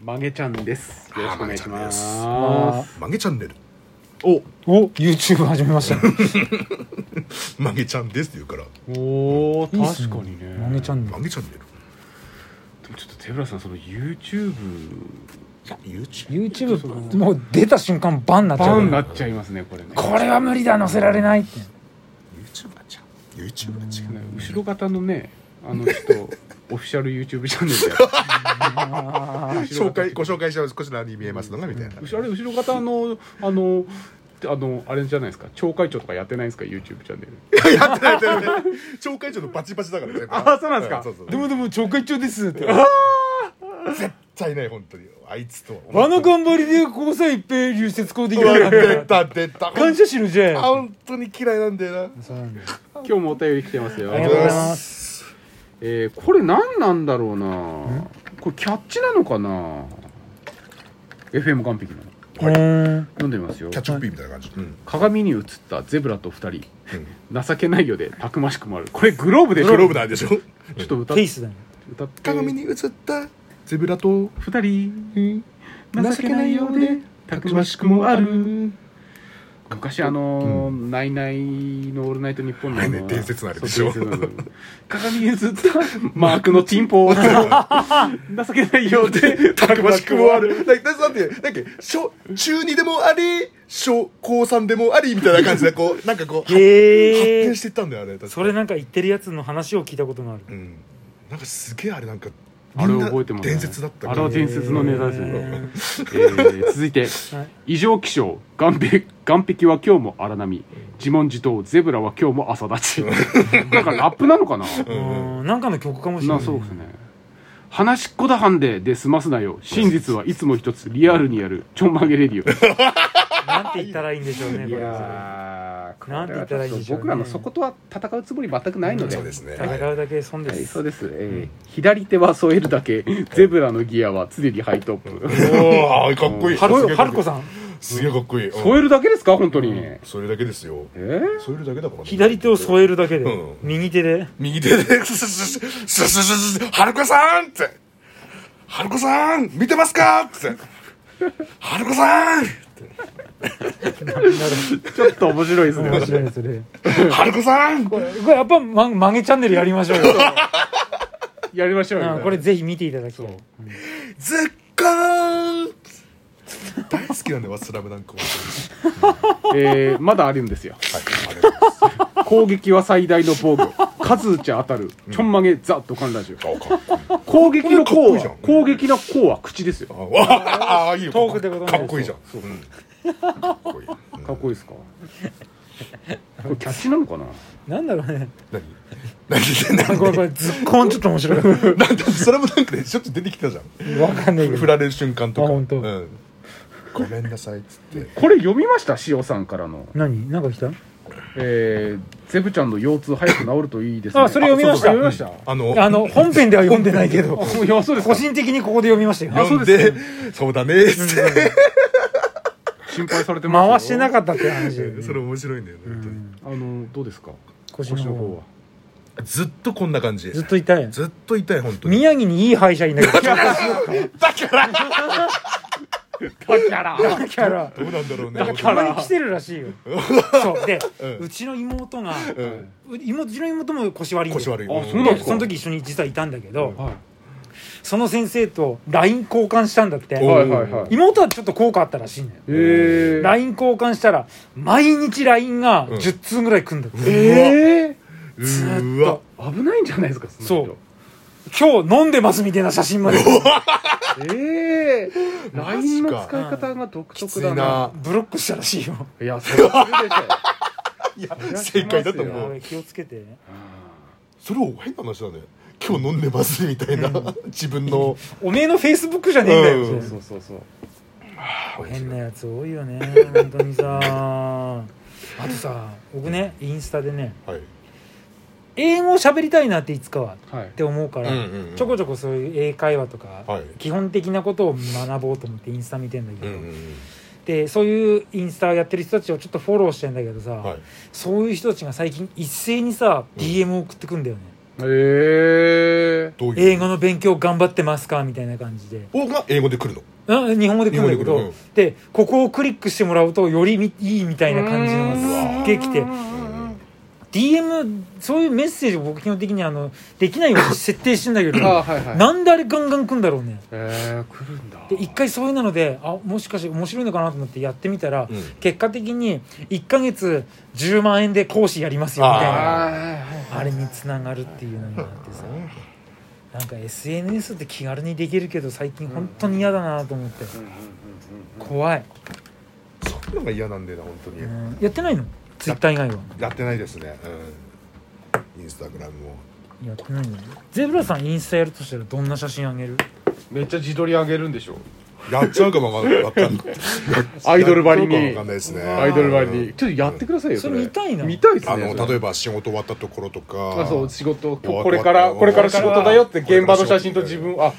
曲げちゃんです。よろしくお願いしまあす。あ曲げチャンネルお、ーお YouTube 始めま したね曲げちゃんですって言うからおいーいっす確かにね。マネチャンネル曲げチャンネルでもちょっと手浦さんその YouTube いや YouTube YouTube もう出た瞬間バンなっちゃバンうになっちゃいますねこれね。これは無理だ載せられないって YouTube が違う YouTube が違うね後ろ方のねあの人オフィシャル YouTube チャンネルで やってある紹介ご紹介しますこちらに見えますのがみたいな後ろあれ後ろ方のあのあのあれじゃないですか町会長とかやってないんですか YouTube チャンネル。やってないやってない懲戒長のバチバチだからねあそうなんですかそうそうーでもでも懲戒中です って絶対ない本当にあいつとはあの頑張りでここさ一平流節行できなか出った出た感謝しろじゃあ本当に嫌いなんだよなそうなんだ今日もお便り来てますよ。ありがとうございますえーこれ何なんだろうなこれキャッチなのかな FM 完璧なのうーん読んでみますよキャッチコピーみたいな感じうん鏡に映ったゼブラと二人うん情けないようでたくましくもあるこれグローブでしょグローブなんでしょちょっと歌っフェイスだね歌って鏡に映ったゼブラと二人情けないようでたくましくもある昔あのーナイナイの「オールナイトニッポン」のあナイナのイ伝説のあれでしょそう伝説の鏡に映 ったマークのチンポ情けないようで たくましくもある。だだだって、なんか、小、中二でもあり、小、高三でもあり、みたいな感じで、こう、なんかこう、発へえ展していったんだよ、あれ。確か それなんか言ってるやつの話を聞いたことがあるうん。なんかすげえあれ、なんか、あれ覚えてますね伝説だったあれは伝説のネタですね、えー続いてはい異常気象岩壁岩壁は今日も荒波自問自答ゼブラは今日も朝立ち なんかラップなのかなうんなんかの曲かもしれなないそうですね話しっこだハンデで済ますなよ真実はいつも一つリアルにやるちょんまげレディオなんて言ったらいいんでしょうねこれこれはちょっとなんて言ったらいいでしょうね僕らのそことは戦うつもり全くないのそうですね。戦うだけ損ではい、すそうです、えー左手は添えるだけゼブラのギアは常にハイトップおー、かっこいい。はすげるえはるこさんすげえかっこいい。添える。るだけですか本当に、えそれだけですよ。ーそれだけだからね。左手を添えるだけで、うん右手で右手で、すすすすすすす、はるこさんって。はるこさん見てますかって。はるこさんちょっと面白いですね面白いですねはるこさんこれこれやっぱま曲げチャンネルやりましょうよ、やりましょうよ、うんこれぜひ見ていただきたい絶感大好きなんだよ、スラムダンクは。えーまだあるんですよはい、ありがとうございます攻撃は最大の 防御数打ちゃ当たるちょんまげザッと観覧中顔かっこいい攻撃のこれかっここういいじゃはん攻撃のこうは口ですよあわああ、いいよ。トークってことねかっこいいじゃん。うんかっこいい。うんかっこいいですかこれキャッチなのかななんだろうね何何何これこれずっこんちょっと面白いなんだスラムダンクでしょっちゅう出てきたじゃん。わかんないけ振どられる瞬間とか。あ本当うんごめんなさいっつって。これ読みました塩さんからの何なんか来た「えー、ゼブちゃんの腰痛早く治るといいですね」あそれ読みましたあそうそう読みましたあの、あの本編では読んでないけどあもういやそうです個か人的にここで読みましたよ読んで、そうだねっつって。心配されてますよ回してなかったって話だよねそれ面白いんだよね、本当に。あのどうですか腰腰のの方方はずっとこんな感じ。ずっと痛いずっと痛い、本当に。宮城にいい歯医者 いないからだからだからだからどうなんだろうね。なんかたまに来てる らしいよそうで、ううんちの妹が、うんう妹うちの妹も腰悪いんで腰悪い。あそうなんでですかその時一緒に実はいたんだけど、はその先生と LINE 交換したんだっいおてはいはいはい妹はちょっと効果あったらしいんだよえー、 LINE 交換したら毎日 LINE がうん10通ぐらい来るんだって、えうずーーっとわ。ー、危ないんじゃないですかその人そう今日飲んでますみたいな写真までええー、マ LINE ジかの使い方が独きつ特いだなな。ブロックしたらしいよいやそれはするでしょいや、正解だと思うう。気をつけてそれを変な話だね今日飲んでますみたいな、自分のおめえのフェイスブックじゃねえんだよ、うんそうそうそう変なやつ多いよね本当 にさあとさ僕ねインスタでねはい英語を喋りたいなっていつかははいって思うから、うんうんうんちょこちょこそういう英会話とか、はい基本的なことを学ぼうと思ってインスタ見てんだけうど、んうんでそういうインスタやってる人たちをちょっとフォローしてんだけどさ、うんはいそういう人たちが最近一斉にさ DM を送ってくんだよね、えどういう英語の勉強頑張ってますかみたいな感じでおが英語で来るのあ日本語で来るんだけど日本語で来るうんでここをクリックしてもらうとよりみいいみたいな感じのがすっげえ来て DM そういうメッセージを僕基本的にあのできないように設定してんだけ どああはいはいなんであれガンガン来んだろうねえー、来るんだで一回そういうのであもしかして面白いのかなと思ってやってみたら、うん結果的に1ヶ月10万円で講師やりますよみたいあーなあはいはいはいれにつながるっていうのになってさなんか SNS って気軽にできるけど最近本当に嫌だなと思って、うんうんうんうん怖い、そういうのが嫌なんだよな本当に、うんやってないのツイッター以外はやってないですね、うん、インスタグラムもやってないのゼブラさんインスタやるとしたらどんな写真あげるめっちゃ自撮り上げるんでしょやっちゃうかもわかんないわかんない アイドルばりやっちゃうにかもわかんないですねアイドルばりにちょっとやってくださいよそれ見たいな見たいですねあのそれ例えば仕事終わったところとかあそう仕事終わこれからこれから仕事だよってこれ現か場らの写真と自分あ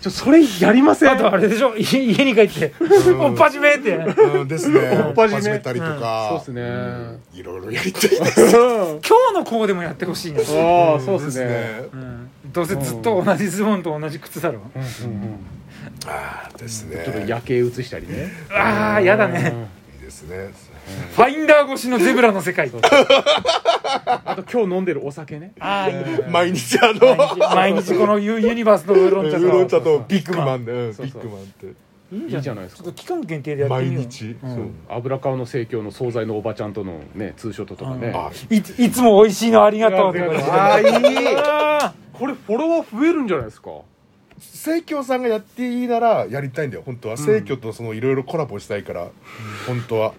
ちょそれやりませんあとあれでしょ家家に帰って「おっぱじめ!」って今うんですね おっぱじめ始めたりとか、そうっすねんいろいろやりたいですうん日の子でもやってほしいなああそうですねうんどうせずっと同じズボンと同じ靴だろうんうんああですねちょっと夜景写したりねああやだねいいですねファインダー越しのゼブラの世界あと今日飲んでるお酒ねああいいね 毎日あの毎日毎日このユユニバースのウーロン茶ウーロン茶ととビッグマンでうんビそうそうッグマンっていいじゃないですちょっかと期間限定でやって毎みよう日うんそう油顔の盛況の惣菜のおばちゃんとのねツーショットとかねあいいつも美味しいのありがとうとか言ってああいいあこれフォロワー増えるんじゃないですか生協さんがやっていいならやりたいんだよ本当は生協とそのいろいろコラボしたいから本当は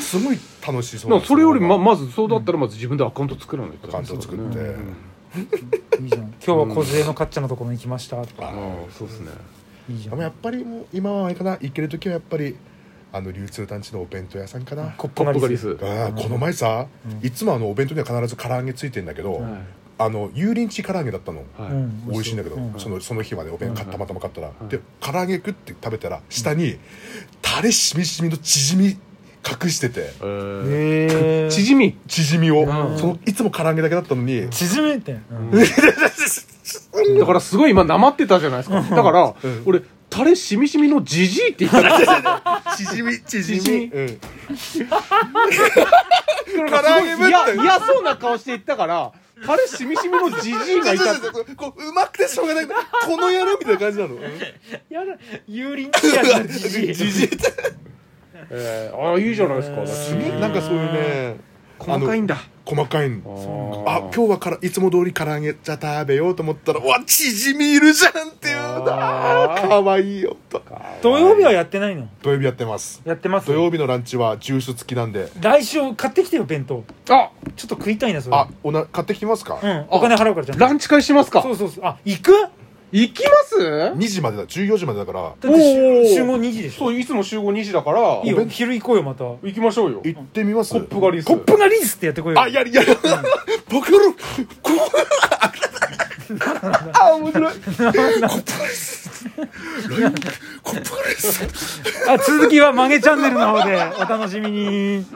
すごい楽しそうななんんかですそれよりままずそうだったらまず自分でアカウント作らないとアカウント作ってうんーいいじゃん今日は梢のカッチャのところに来ましたとあかああそうですねいいじゃでもやっんぱりもう今はあれかな行ける時はやっぱりあの流通団地のお弁当屋さんかなコッポプップがガリリススあーこの前さ、いつもあのお弁当には必ず唐揚げついてんだけど、はいあの油淋鶏唐揚げだったの、はういん美味しいんだけど、うんそのその日までお弁当うんたまたま買ったら、うんで唐揚げ食って食べたら下に、タレしみしみの縮み隠しててえーへえ縮み縮みうを、んそのいつも唐揚げだけだったのに、縮めてだからすごい今なまってたじゃないですかだからうん俺タレしみしみのじじいって言った ら縮み縮縮みみうんすごいぶって嫌嫌そうな顔して言ったからタレしみしみのじじい がいたってこううまくてしょうがないこの野郎みたいな感じなのやだ油淋鶏やのじじいじじいってえーああいいじゃないですうかんすすげげええなんかそういうね細かいんだ細かいのああ今日はからいつも通り唐揚げじゃ食べようと思ったらうわ縮みいるじゃんっていうああーかわいいよと土曜日はやってないの土曜日やってますやってます土曜日のランチはジュース付きなんで来週買ってきてよ弁当あちょっと食いたいなそれあおな買ってきてますか、うんお金払うからじゃんランチ会しますかそうそうそうあ行く行きます2時までだ14時までだからだっておー集集合2時でしょそういつも集合2時だからいいよ昼行こうよまた行きましょうよ行ってみますコップ狩りコップがリースってやってこいよあやりやるボケるこあ面白いコップ狩りですあ続きは曲げチャンネルの方でお楽しみに